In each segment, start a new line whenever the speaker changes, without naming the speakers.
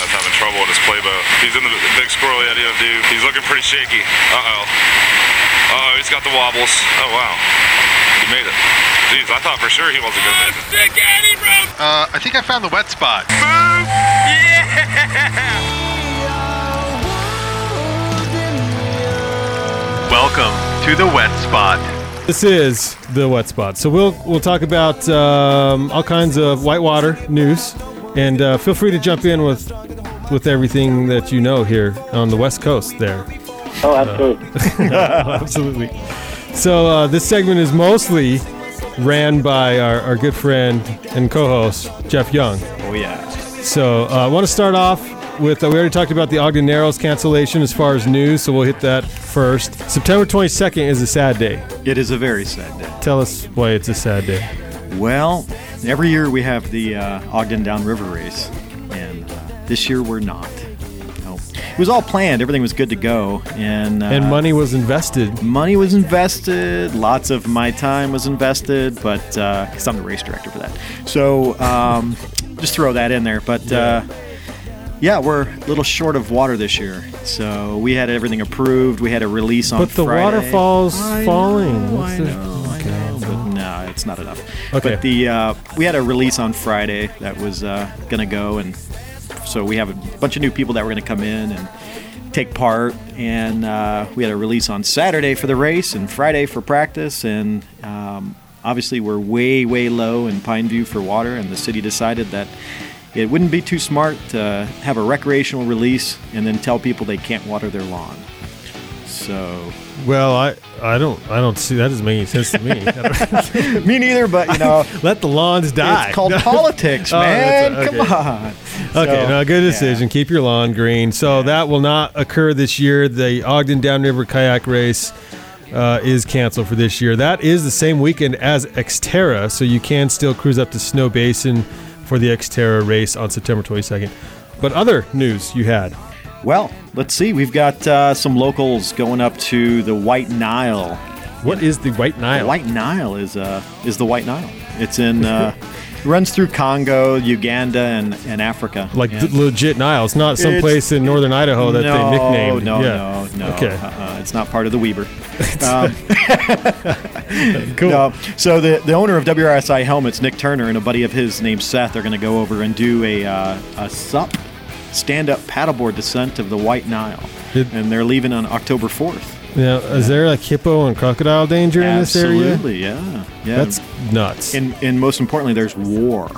on his play boat. He's in the big squirrely at do. He's looking pretty shaky. Uh-oh. Uh-oh, he's got the wobbles. Oh, wow. He made it. Jeez, I thought for sure he wasn't going to make it.
Stick Eddie rope!
Uh, I think I found the wet spot.
Move! Yeah!
Welcome to the wet spot.
This is the wet spot. So we'll we'll talk about um, all kinds of whitewater news, and uh, feel free to jump in with with everything that you know here on the West Coast. There, Uh,
Oh, absolutely.
absolutely. So uh, this segment is mostly ran by our, our good friend and co-host Jeff Young.
Oh yeah.
So uh, I want to start off with uh, we already talked about the Ogden Narrows cancellation as far as news, so we'll hit that first. September 22nd is a sad day.
It is a very sad day.
Tell us why it's a sad day.
Well, every year we have the uh, Ogden Downriver race, and uh, this year we're not. No. It was all planned. Everything was good to go, and uh,
And money was invested.
money was invested. Lots of my time was invested, but uh, 'cause I'm the race director for that, so um, just throw that in there. But uh, yeah, we're a little short of water this year, so we had everything approved. We had a release on
But the
Friday.
waterfall's
I
falling.
know,
What's
I
the-
know, I know, but no, it's not enough.
Okay.
But the uh, we had a release on Friday that was uh, gonna go, and so we have a bunch of new people that were gonna come in and take part. And uh, we had a release on Saturday for the race and Friday for practice. And um, obviously, we're way way low in Pine View for water, and the city decided that. It wouldn't be too smart to have a recreational release and then tell people they can't water their lawn. So
Well, I I don't I don't see that doesn't make any sense to me. I don't-
me neither, but you know,
Let the lawns die.
It's called politics,
Oh,
man.
that's- okay.
Come on.
Okay,
So,
no, good
yeah.
decision. Keep your lawn green. So that will not occur this year. The Ogden Downriver Kayak Race uh, is canceled for this year. That is the same weekend as Xterra, so you can still cruise up to Snow Basin for the Xterra race on September 22nd. But other news you had.
Well, let's see. We've got uh, some locals going up to the White Nile.
What is the White
The
Nile?
White Nile is uh, is the White Nile. It's in uh, runs through Congo, Uganda, and, and Africa.
like
And-
the legit Nile. It's not some
It's-
place in northern Idaho Oh, that
no,
they nicknamed.
No,
yeah.
no, no.
Okay,
Uh-uh, it's not part of the Weber. Um,
cool.
No. So the, the owner of WRSI helmets, Nick Turner, and a buddy of his named Seth are going to go over and do a uh, a sup stand up paddleboard descent of the White Nile,
Did-
and they're leaving on October fourth.
Now, is there like hippo and crocodile danger in this area?
Absolutely, yeah, yeah.
That's nuts.
and and most importantly, there's war.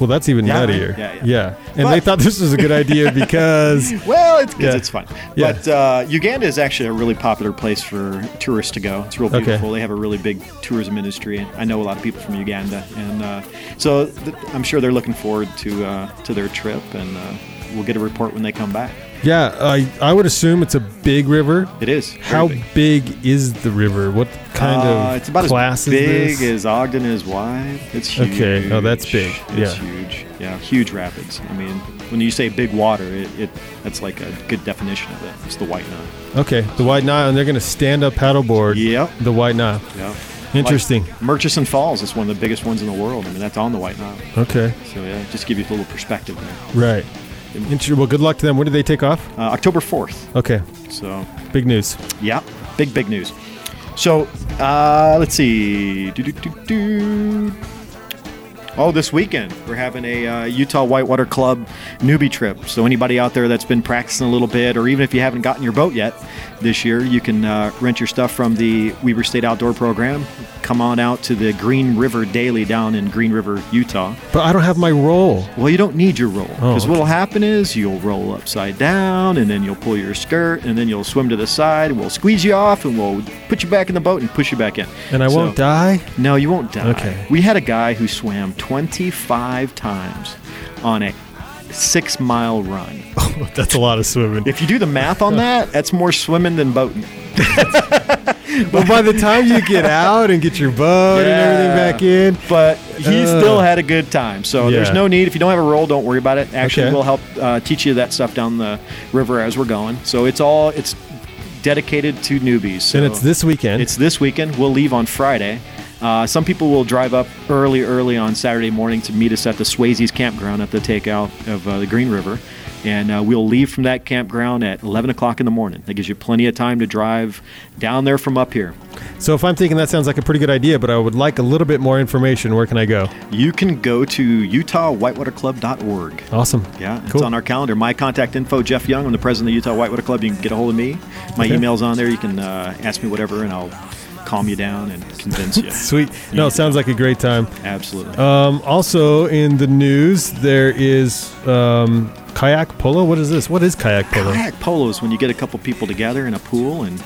Well, that's even
Yeah,
nuttier.
right? Yeah, yeah.
And they
But-
thought this was a good idea because
Well, it's 'cause
Yeah.
it's fun.
Yeah.
But uh, Uganda is actually a really popular place for tourists to go. It's real
Okay.
beautiful. They have a really big tourism industry. I know a lot of people from Uganda, and uh, so th- I'm sure they're looking forward to uh, to their trip, and uh, we'll get a report when they come back.
yeah, I I would assume it's a big river.
It is very
How
big.
big. is the river? What kind
Uh,
of
it's about
class
as big
is this?
as Ogden is wide. It's huge.
Okay. Oh, that's big.
It's
Yeah.
huge. Yeah, huge rapids. I mean, when you say big water, it, it that's like a good definition of it. It's the White Nile.
okay, the White Nile, and they're going to stand up paddleboard.
Yep.
The White Nile.
Yeah.
Interesting.
Like Murchison Falls is one of the biggest ones in the world. I mean, that's on the White Nile.
Okay.
So yeah, just to give you a little perspective there.
Right. Inter- well, good luck to them. When did they take off?
Uh, October fourth.
Okay.
So
Big news.
yeah, big big news. So uh, let's see. Do-do-do-do. Oh, this weekend we're having a uh, Utah Whitewater Club newbie trip. So anybody out there that's been practicing a little bit, or even if you haven't gotten your boat yet this year, you can uh, rent your stuff from the Weber State Outdoor Program. Come on out to the Green River Daily down in Green River, Utah.
But I don't have my roll.
Well, you don't need your roll
Oh,
because what'll happen is you'll roll upside down, and then you'll pull your skirt, and then you'll swim to the side. and We'll squeeze you off, and we'll put you back in the boat and push you back in.
And I
So-
won't die?
No, you won't die.
Okay.
We had a guy who swam 25 times on a six-mile run.
That's a lot of swimming.
If you do the math on that, that's more swimming than boating.
well, by the time you get out and get your boat
Yeah.
and everything back in,
but he
Uh.
still had a good time. So
Yeah.
there's no need. If you don't have a roll, don't worry about it. Actually,
Okay.
we'll help uh, teach you that stuff down the river as we're going. So it's all it's dedicated to newbies. So
and it's this weekend.
It's this weekend. We'll leave on Friday. Uh, some people will drive up early, early on Saturday morning to meet us at the Swayze's campground at the takeout of uh, the Green River. And uh, we'll leave from that campground at 11 o'clock in the morning. That gives you plenty of time to drive down there from up here.
So if I'm thinking that sounds like a pretty good idea, but I would like a little bit more information, where can I go?
You can go to utahwhitewaterclub.org.
Awesome.
Yeah,
cool.
it's on our calendar. My contact info, Jeff Young. I'm the president of the Utah Whitewater Club. You can get a hold of me. My
Okay.
email's on there. You can uh, ask me whatever, and I'll calm you down and convince you.
Sweet. No, sounds like a great time.
Absolutely.
Um, also in the news, there is um, kayak polo. What is this? What is kayak polo?
Kayak polo is when you get a couple people together in a pool and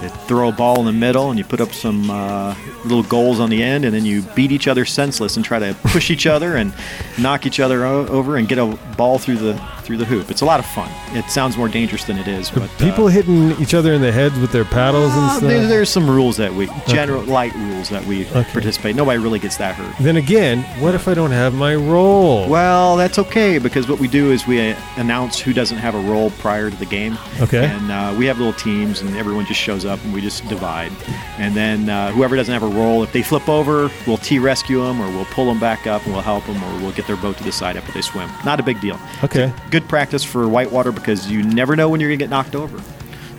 they throw a ball in the middle and you put up some uh, little goals on the end and then you beat each other senseless and try to push each other and knock each other o- over and get a ball through the through the hoop. It's a lot of fun. It sounds more dangerous than it is, but uh,
People hitting each other in the heads with their paddles and
uh,
stuff.
there, there's some rules that we general light rules that we participate. Nobody really gets that hurt.
then again, what if I don't have my roll?
Well, that's okay because what we do is we uh, announce who doesn't have a role prior to the game.
Okay.
And uh, we have little teams, and everyone just shows up, and we just divide. And then uh, whoever doesn't have a role, if they flip over, we'll T rescue them, or we'll pull them back up, and we'll help them, or we'll get their boat to the side after they swim. Not a big deal.
Okay.
Good practice for whitewater because you never know when you're gonna get knocked over.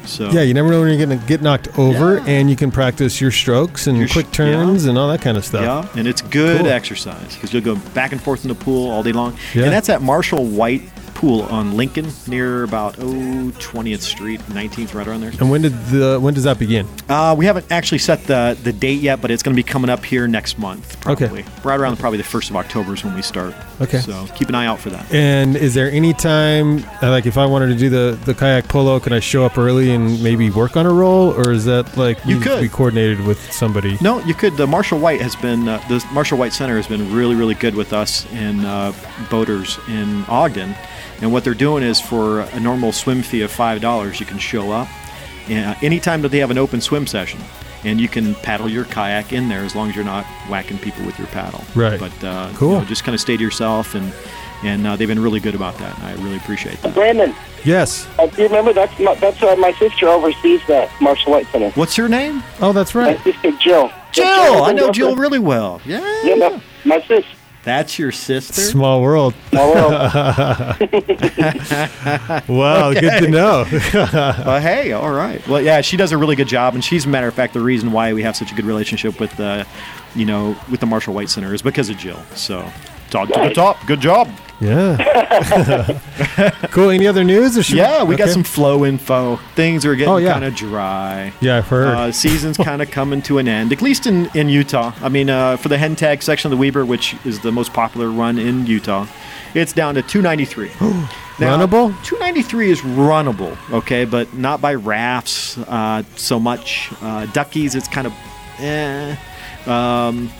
So
Yeah, you never know when you're going to get knocked over, and you can practice your strokes and
Your sh-
quick turns and all that kind of stuff.
Yeah, and it's good
Cool.
exercise because you'll go back and forth in the pool all day long.
Yeah.
And that's at Marshall White Pool on Lincoln near about oh, 20th Street, 19th, right around there.
And when did the when does that begin?
Uh, we haven't actually set the, the date yet, but it's going to be coming up here next month,
Okay.
probably. Right around probably the 1st of October is when we start.
Okay.
So keep an eye out for that.
And is there any time uh, like if I wanted to do the the kayak polo, can I show up early and maybe work on a roll, or is that like
You
needs to
could.
be coordinated with somebody?
No, you could. The Marshall White has been uh, the Marshall White Center has been really, really good with us and uh, boaters in Ogden. And what they're doing is for a normal swim fee of five dollars, you can show up uh, anytime that they have an open swim session, and you can paddle your kayak in there as long as you're not whacking people with your paddle.
Right.
But uh, you
Cool.
know, just kind of stay to yourself and. And uh, they've been really good about that. and I really appreciate that.
Brandon,
Yes.
uh, do you remember that's my, that's uh, my sister oversees that Marshall White Center.
What's your name?
Oh, that's
My
right.
sister Jill.
Jill. I know Jill really well.
Yeah,
Yeah.
no, my sis.
That's your sister.
Small world.
My world.
Wow, good to know.
Uh, hey, all right. Well, yeah, she does a really good job, and she's a matter of fact the reason why we have such a good relationship with the, you know, with the Marshall White Center is because of Jill. So, top to the top. Good job.
yeah. cool. Any other news? Or should
Yeah, we got
okay.
some flow info. Things are getting
Oh, yeah.
kind of dry.
Yeah, I've heard.
Uh, season's kind of coming to an end, at least in, in Utah. I mean, uh, for the hen tag section of the Weber, which is the most popular run in Utah, it's down to 293.
Runnable?
293 is runnable, okay, but not by rafts uh, so much. Uh, duckies, it's kind of eh. Um,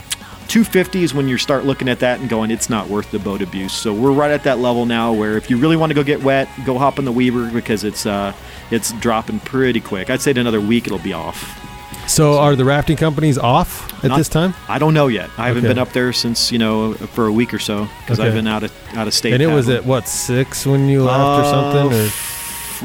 250 is when you start looking at that and going, it's not worth the boat abuse. So we're right at that level now where if you really want to go get wet, go hop in the Weaver because it's uh, it's dropping pretty quick. I'd say in another week it'll be off.
so are the rafting companies off at
Not-
this time?
I don't know yet. I haven't
Okay.
been up there since you know for a week or so because I've
Okay.
been out of out of state.
And it was
paddling.
at what six when you left or something? Or?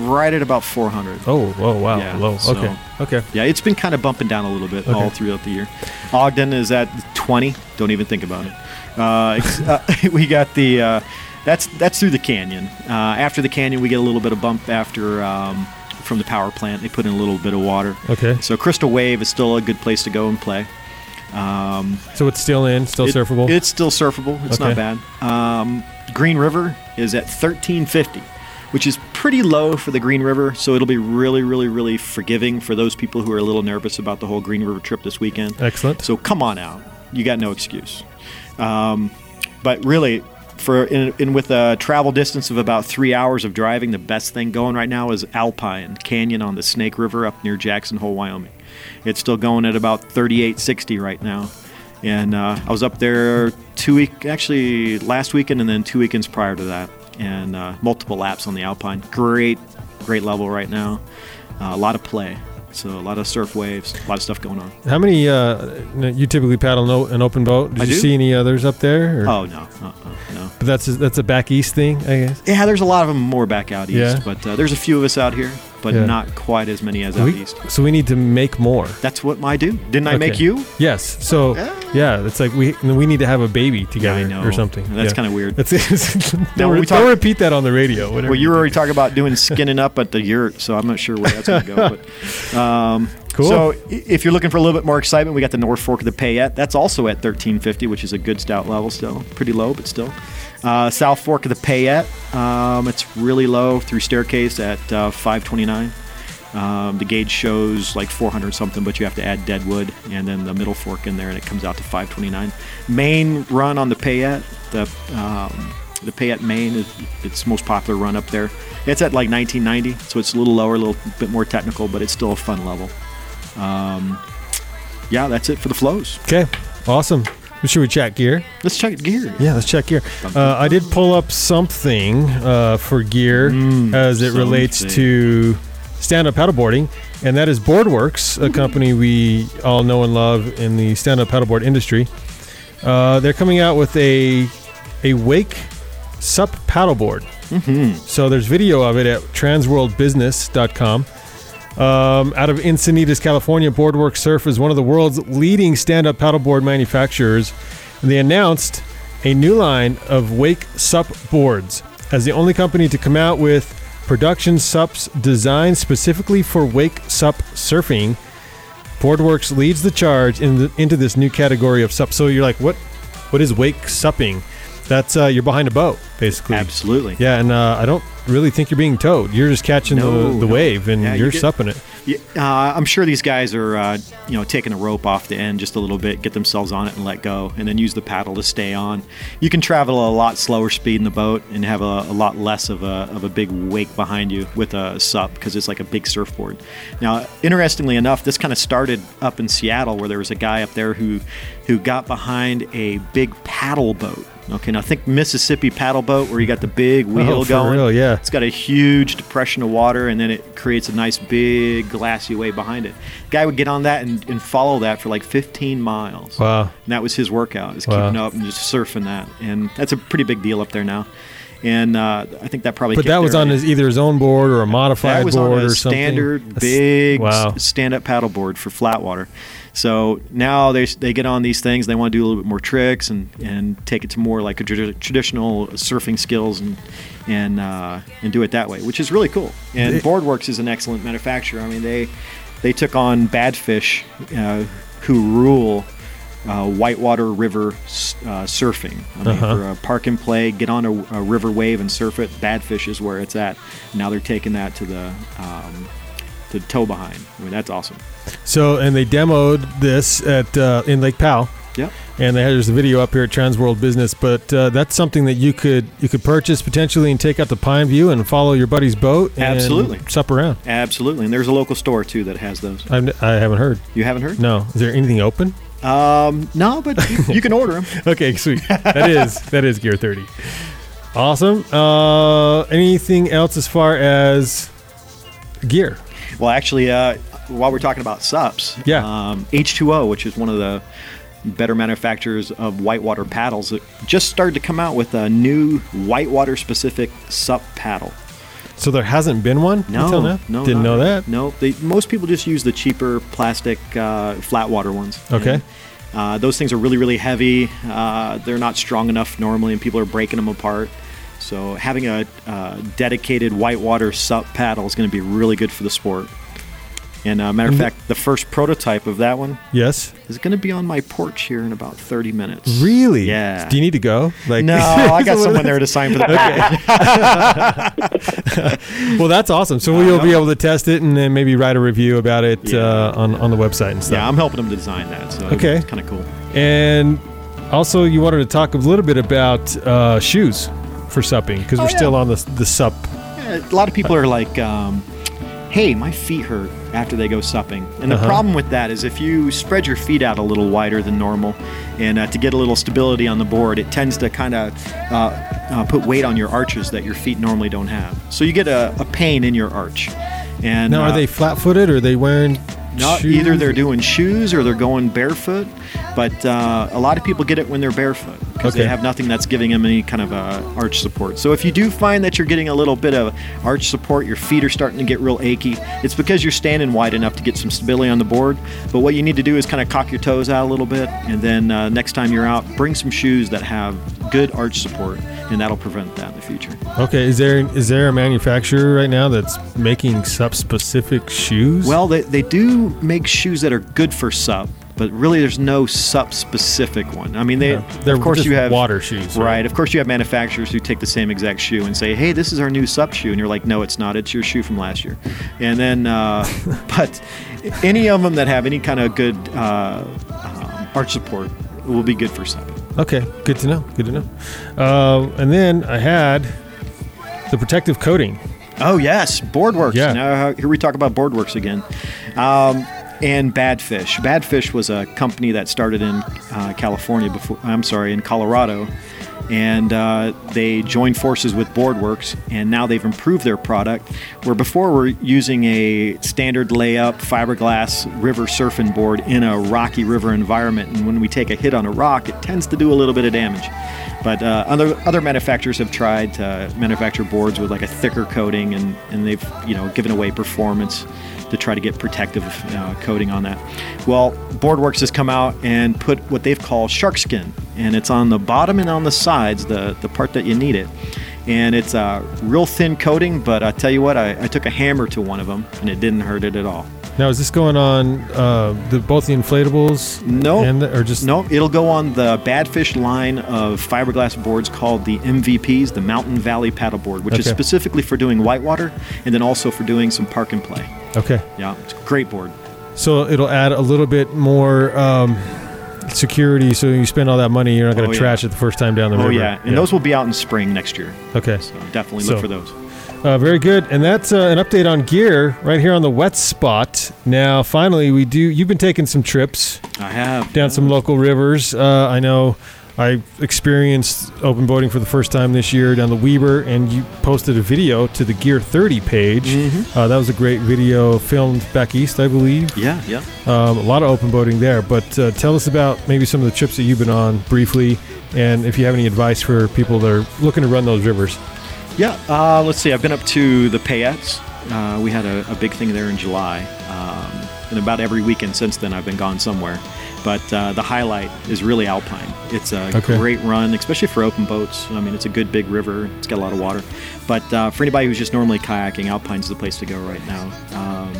right at about 400.
Oh, whoa, wow,
Yeah,
low.
so-
okay, okay.
Yeah, it's been kind of bumping down a little bit all
Okay.
throughout the year. Ogden is at 20. Don't even think about it. Uh, ex- uh, we got the uh, that's that's through the canyon. Uh, after the canyon, we get a little bit of bump after um, from the power plant. They put in a little bit of water.
Okay.
So Crystal Wave is still a good place to go and play.
So it's still in, still
It-
surfable.
It's still surfable. It's not
Okay.
bad. Um, Green River is at 1350, which is pretty low for the Green River. So it'll be really, really, really forgiving for those people who are a little nervous about the whole Green River trip this weekend.
Excellent.
So come on out. You got no excuse. Um, but really, for in, in with a travel distance of about three hours of driving, the best thing going right now is Alpine Canyon on the Snake River up near Jackson Hole, Wyoming. It's still going at about 3860 right now. And uh, I was up there two week, actually last weekend, and then two weekends prior to that, and uh, multiple laps on the Alpine. Great, great level right now. Uh, a lot of play, so a lot of surf waves, a lot of stuff going on.
How many? Uh, n- you typically paddle no, an open boat. Did
I
you
do.
see any others up there? Or,
Oh no, uh-uh, no.
but that's that's a back east thing, I guess.
Yeah, there's a lot of them more back out east,
Yeah.
but uh, there's a few of us out here. but
Yeah.
not quite as many as out
We,
east.
so we need to make more.
That's what I do. Didn't I make
Okay.
you?
Yes. So yeah, it's like we we need to have a baby together
know.
or something.
That's
Yeah.
kinda weird.
That's don't,
Now, we
re-
talk-
don't repeat that on the radio. Whatever.
Well, you were already talking about doing skinning up at the yurt, so I'm not sure where that's going to go. But, um,
Cool.
So, i- if you're looking for a little bit more excitement, we got the North Fork of the Payette. That's also at 1350, which is a good stout level still, pretty low, but still. Uh, South Fork of the Payette, um, it's really low through staircase at uh, 529. Um, the gauge shows like 400 something, but you have to add deadwood and then the middle fork in there, and it comes out to 529. Main run on the Payette, the um, the Payette Main is its most popular run up there. It's at like 1990, so it's a little lower, a little bit more technical, but it's still a fun level. Um, yeah, that's it for the flows.
okay. Awesome. Should we check gear?
Let's check gear.
Yeah, let's check gear. Uh, I did pull up something uh, for gear as it relates
something.
to stand up paddleboarding, and that is Boardworks, a company we all know and love in the stand up paddleboard industry. Uh, they're coming out with a a wake sup paddleboard. So there's video of it at transworldbusiness.com. Um, out of Encinitas, California, Boardwork Surf is one of the world's leading stand-up paddleboard manufacturers. And they announced a new line of wake sup boards as the only company to come out with production sups designed specifically for wake sup surfing. Boardworks leads the charge in the, into this new category of sup. So you're like, what? What is wake supping? That's uh, you're behind a boat, basically.
Absolutely.
Yeah, and uh, I don't really think you're being towed. You're just catching
No,
the, the
no.
wave and
Yeah, you
you're
get-
supping it.
Yeah, uh, I'm sure these guys are, uh, you know, taking a rope off the end just a little bit, get themselves on it and let go, and then use the paddle to stay on. You can travel a lot slower speed in the boat and have a, a lot less of a, of a big wake behind you with a sup because it's like a big surfboard. Now, interestingly enough, this kind of started up in Seattle where there was a guy up there who who got behind a big paddle boat. Okay, now think Mississippi paddle boat where you got the big wheel
Oh, for
going.
real, yeah.
It's got a huge depression of water, and then it creates a nice big glassy wave behind it. Guy would get on that and, and follow that for like 15 miles.
Wow.
And that was his workout, is
Wow.
keeping up and just surfing that. And that's a pretty big deal up there now. And uh, I think that probably.
But
kicked
that was
their-
on his, either his own board or a modified
that was
board
on a
or something.
standard
That's-
big
Wow.
stand up paddle board for flat water. So now they, they get on these things. They want to do a little bit more tricks and, and take it to more like a tradi- traditional surfing skills and and uh, and do it that way, which is really cool. And Boardworks is an excellent manufacturer. I mean they they took on Badfish, uh, who rule. Uh, whitewater river s- uh, surfing. I mean,
Uh-huh.
for a park and play, get on a, a river wave and surf it. Badfish is where it's at. Now they're taking that to the um, to tow behind. I mean, that's awesome.
So, and they demoed this at uh, in Lake Powell.
Yep.
And they had, there's a video up here at Transworld Business, but uh, that's something that you could you could purchase potentially and take out to Pine View and follow your buddy's boat. And
Absolutely.
sup around.
Absolutely. And there's a local store too that has those.
I'm, I haven't heard.
You haven't heard?
No, is there anything open?
No, but you, you can order them.
Okay, sweet. That is that is gear thirty. Awesome. Uh, anything else as far as gear?
Well, actually, uh, while we're talking about SUPs,
Yeah.
um, H2O, which is one of the better manufacturers of whitewater paddles, it just started to come out with a new whitewater specific SUP paddle.
So there hasn't been one
No,
until now.
no,
didn't
not
know
really.
that.
No, they, most people just use the cheaper plastic uh, flat water ones.
Okay.
Uh, those things are really, really heavy. Uh, they're not strong enough normally, and people are breaking them apart. So having a uh, dedicated whitewater sup paddle is going to be really good for the sport. And uh,
Mm-hmm.
matter of fact, the first prototype of that one
Yes.
is going to be on my porch here in about 30 minutes.
Really?
Yeah.
Do you need to go? Like
No, I got someone there to sign for the
Well, that's awesome. So we'll be able to test it and then maybe write a review about it uh, on on the website and
Yeah,
stuff.
I'm helping them to design that. So
Okay.
it's kind of cool.
And also, you wanted to talk a little bit about uh, shoes for supping because we're
yeah.
still on the the sup.
A lot of people are like, um, hey, my feet hurt after they go supping. And the
Uh-huh.
problem with that is if you spread your feet out a little wider than normal and uh, to get a little stability on the board, it tends to kind of uh, uh, put weight on your arches that your feet normally don't have. So you get a, a pain in your arch. And
Now, are
uh,
they flat footed or are they wearing?
not
shoes?
either they're doing shoes or they're going barefoot, but uh, a lot of people get it when they're barefoot. because they
Okay.
have nothing that's giving them any kind of uh, arch support. So if you do find that you're getting a little bit of arch support, your feet are starting to get real achy, it's because you're standing wide enough to get some stability on the board. But what you need to do is kind of cock your toes out a little bit, and then uh, next time you're out, bring some shoes that have good arch support, and that'll prevent that in the future.
Okay, is there is there a manufacturer right now that's making sub specific shoes?
Well, they, they do make shoes that are good for sup, but really there's no sup specific one. I mean, they
Yeah, they're
of course
just
you have
water shoes,
right?
right?
Of course you have manufacturers who take the same exact shoe and say, "Hey, this is our new sup shoe," and you're like, "No, it's not. It's your shoe from last year." And then, uh, but any of them that have any kind of good uh, um, arch support will be good for sup.
okay, good to know. Good to know. Um, and then I had the protective coating.
Oh yes, Boardworks.
Yeah.
Now uh, here we talk about Boardworks again, um, and Badfish. Badfish was a company that started in uh, California before. I'm sorry, in Colorado, and uh, they joined forces with Boardworks, and now they've improved their product. Where before we're using a standard layup fiberglass river surfing board in a rocky river environment, and when we take a hit on a rock, it tends to do a little bit of damage. But uh, other other manufacturers have tried to manufacture boards with like a thicker coating, and, and they've you know given away performance to try to get protective uh, coating on that. Well, BoardWorks has come out and put what they've called shark skin, and it's on the bottom and on the sides, the the part that you need it. And it's a real thin coating, but I tell you what, I, I took a hammer to one of them, and it didn't hurt it at all.
Now, is this going on uh, the both the inflatables?
No,
and the, or just
no. It'll go on the Badfish line of fiberglass boards called the MVPs, the Mountain Valley Paddleboard, which is
Okay.
specifically for doing whitewater and then also for doing some park and play.
Okay,
Yeah, it's a great board.
so it'll add a little bit more um, security. So you spend all that money, you're not going
Oh,
to
yeah.
trash it the first time down the
Oh
river.
yeah, and those will be out in spring next year.
Okay,
So definitely look
So-
for those.
Uh, very good, and that's uh, an update on gear right here on the wet spot. Now, finally, we do. You've been taking some trips
I have
down some local rivers. Uh, I know I experienced open boating for the first time this year down the Weber, and you posted a video to the Gear 30 page. Uh, that was a great video filmed back east, I believe.
Yeah, yeah.
Um, a lot of open boating there, but uh, tell us about maybe some of the trips that you've been on briefly, and if you have any advice for people that are looking to run those rivers.
Yeah, uh, let's see. I've been up to the Payettes. Uh, we had a, a big thing there in July. Um, and about every weekend since then, I've been gone somewhere. But uh, the highlight is really Alpine. It's a
Okay.
great run, especially for open boats. I mean, it's a good big river, it's got a lot of water. But uh, for anybody who's just normally kayaking, Alpine's the place to go right now. Um,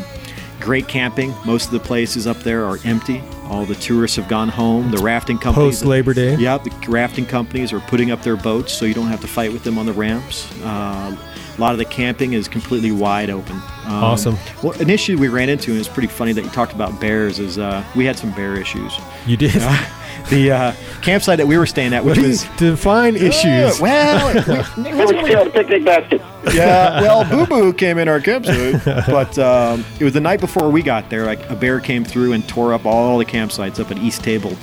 great camping. Most of the places up there are empty. All the tourists have gone home. The rafting companies.
Post Labor Day.
Yeah, the rafting companies are putting up their boats so you don't have to fight with them on the ramps. Uh, a lot of the camping is completely wide open. Um,
Awesome.
Well, an issue we ran into, and it's pretty funny that you talked about bears, is uh, we had some bear issues.
You did.
The uh, campsite that we were staying at, which was.
define
Oh,
issues.
Well, we-
It was still a picnic basket.
yeah. Well, Boo Boo came in our campsite, but um, it was the night before we got there. Like a bear came through and tore up all the campsites up at East Table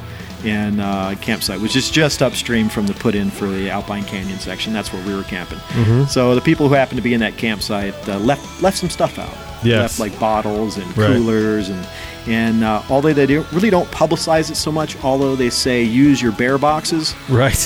and uh, campsite, which is just upstream from the put in for the Alpine Canyon section. That's where we were camping.
Mm-hmm.
So the people who happened to be in that campsite uh, left left some stuff out.
Yes.
Left like bottles and
Right.
coolers and. And uh, although they do, really don't publicize it so much, although they say use your bear boxes,
Right.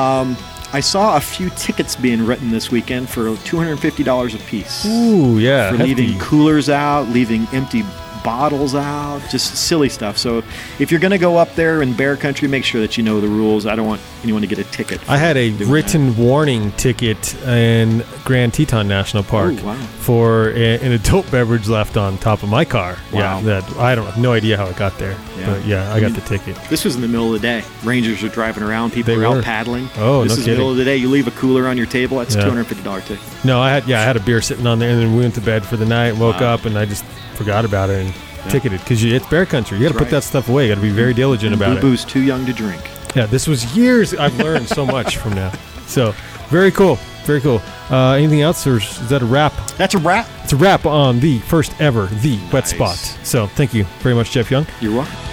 I saw a few tickets being written this weekend for $250 a piece.
Ooh, yeah.
for
Uh, hefty.
leaving coolers out, leaving empty bottles out, just silly stuff. So if you're going to go up there in bear country, make sure that you know the rules. I don't want anyone to get a ticket.
I had a
for doing
written warning ticket in Grand Teton National Park
Ooh, wow.
for a, an adult beverage left on top of my car.
Wow.
Yeah, that I don't have no idea how it got there,
Yeah.
but yeah, I got the ticket.
that. This was in the middle of the day. Rangers were driving around, people
They
were,
were.
out paddling.
Oh,
this
no
is the middle
kidding.
of the day. You leave a cooler on your table, that's
Yeah.
$250 ticket.
No, I had yeah, I had a beer sitting on there, and then we went to bed for the night. Woke up, and I just forgot about it and ticketed because it's bear country. You got to
That's
put
right.
that stuff away. You got to be very diligent
And
about
Boo Boo's too young to drink.
it. Yeah, this was years. I've learned so much from now. So very cool, very cool. Uh, anything else, or is that a wrap
That's a wrap.
It's a wrap on the first ever The Wet
Nice.
Spot. So thank you very much, Jeff Young.
You're welcome.